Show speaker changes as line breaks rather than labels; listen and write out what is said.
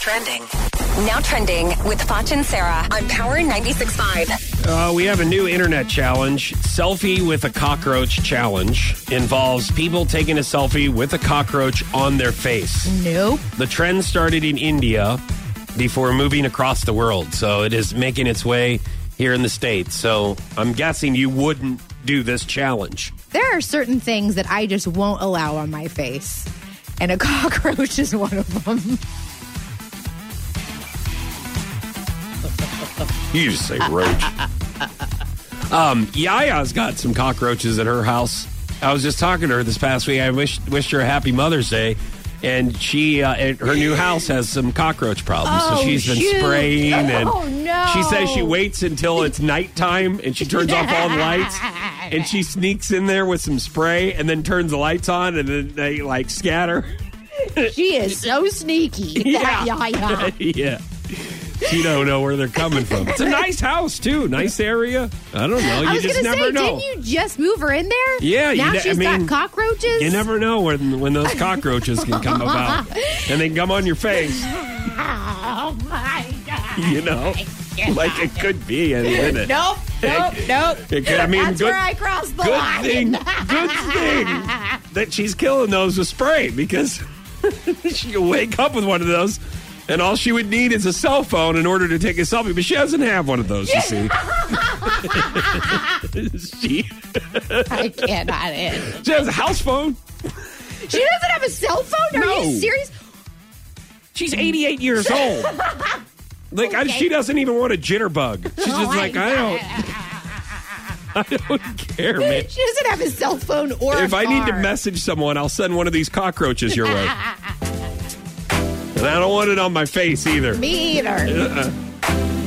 trending. Now trending with Foch and Sarah on Power 96.5.
Uh, we have a new internet challenge. Selfie with a cockroach challenge involves people taking a selfie with a cockroach on their face.
Nope.
The trend started in India before moving across the world, so it is making its way here in the States. So I'm guessing you wouldn't do this challenge.
There are certain things that I just won't allow on my face, and a cockroach is one of them.
You just say roach. um, Yaya's got some cockroaches at her house. I was just talking to her this past week. I wish, wished her a happy Mother's Day. And she, uh, at her new house has some cockroach problems. so
Oh,
she's been
shoot.
spraying, and
Oh, no.
she says she waits until it's nighttime, and she turns off all the lights, and she sneaks in there with some spray, and then turns the lights on, and then they like scatter.
She is so sneaky.
Yeah.
yeah, yeah.
yeah. You don't know where they're coming from. It's a nice house too, nice area. I don't know. You
I was
just
gonna
never
say,
know.
didn't you just move her in there?
Yeah, you
Now
ne- I
she's
mean,
got cockroaches.
You never know when when those cockroaches can come about, and they can come on your face.
Oh my god.
You know, like it could be any minute.
Nope. Nope. Nope.
It could- I mean,
That's
good-
where I crossed the
Good
line.
thing, good thing that she's killing those with spray because she could wake up with one of those, and all she would need is a cell phone in order to take a selfie. But she doesn't have one of those. You see, she
I cannot end.
she has a house phone.
She doesn't have a cell phone. Are
No.
you serious?
She's 88 years old. Like I, she doesn't even want a jitterbug. She's
Oh,
just
I-
like I don't. I don't care, man.
She doesn't have a cell phone or.
If
I
I need to message someone, I'll send one of these cockroaches your way. And I don't want it on my face either.
me either.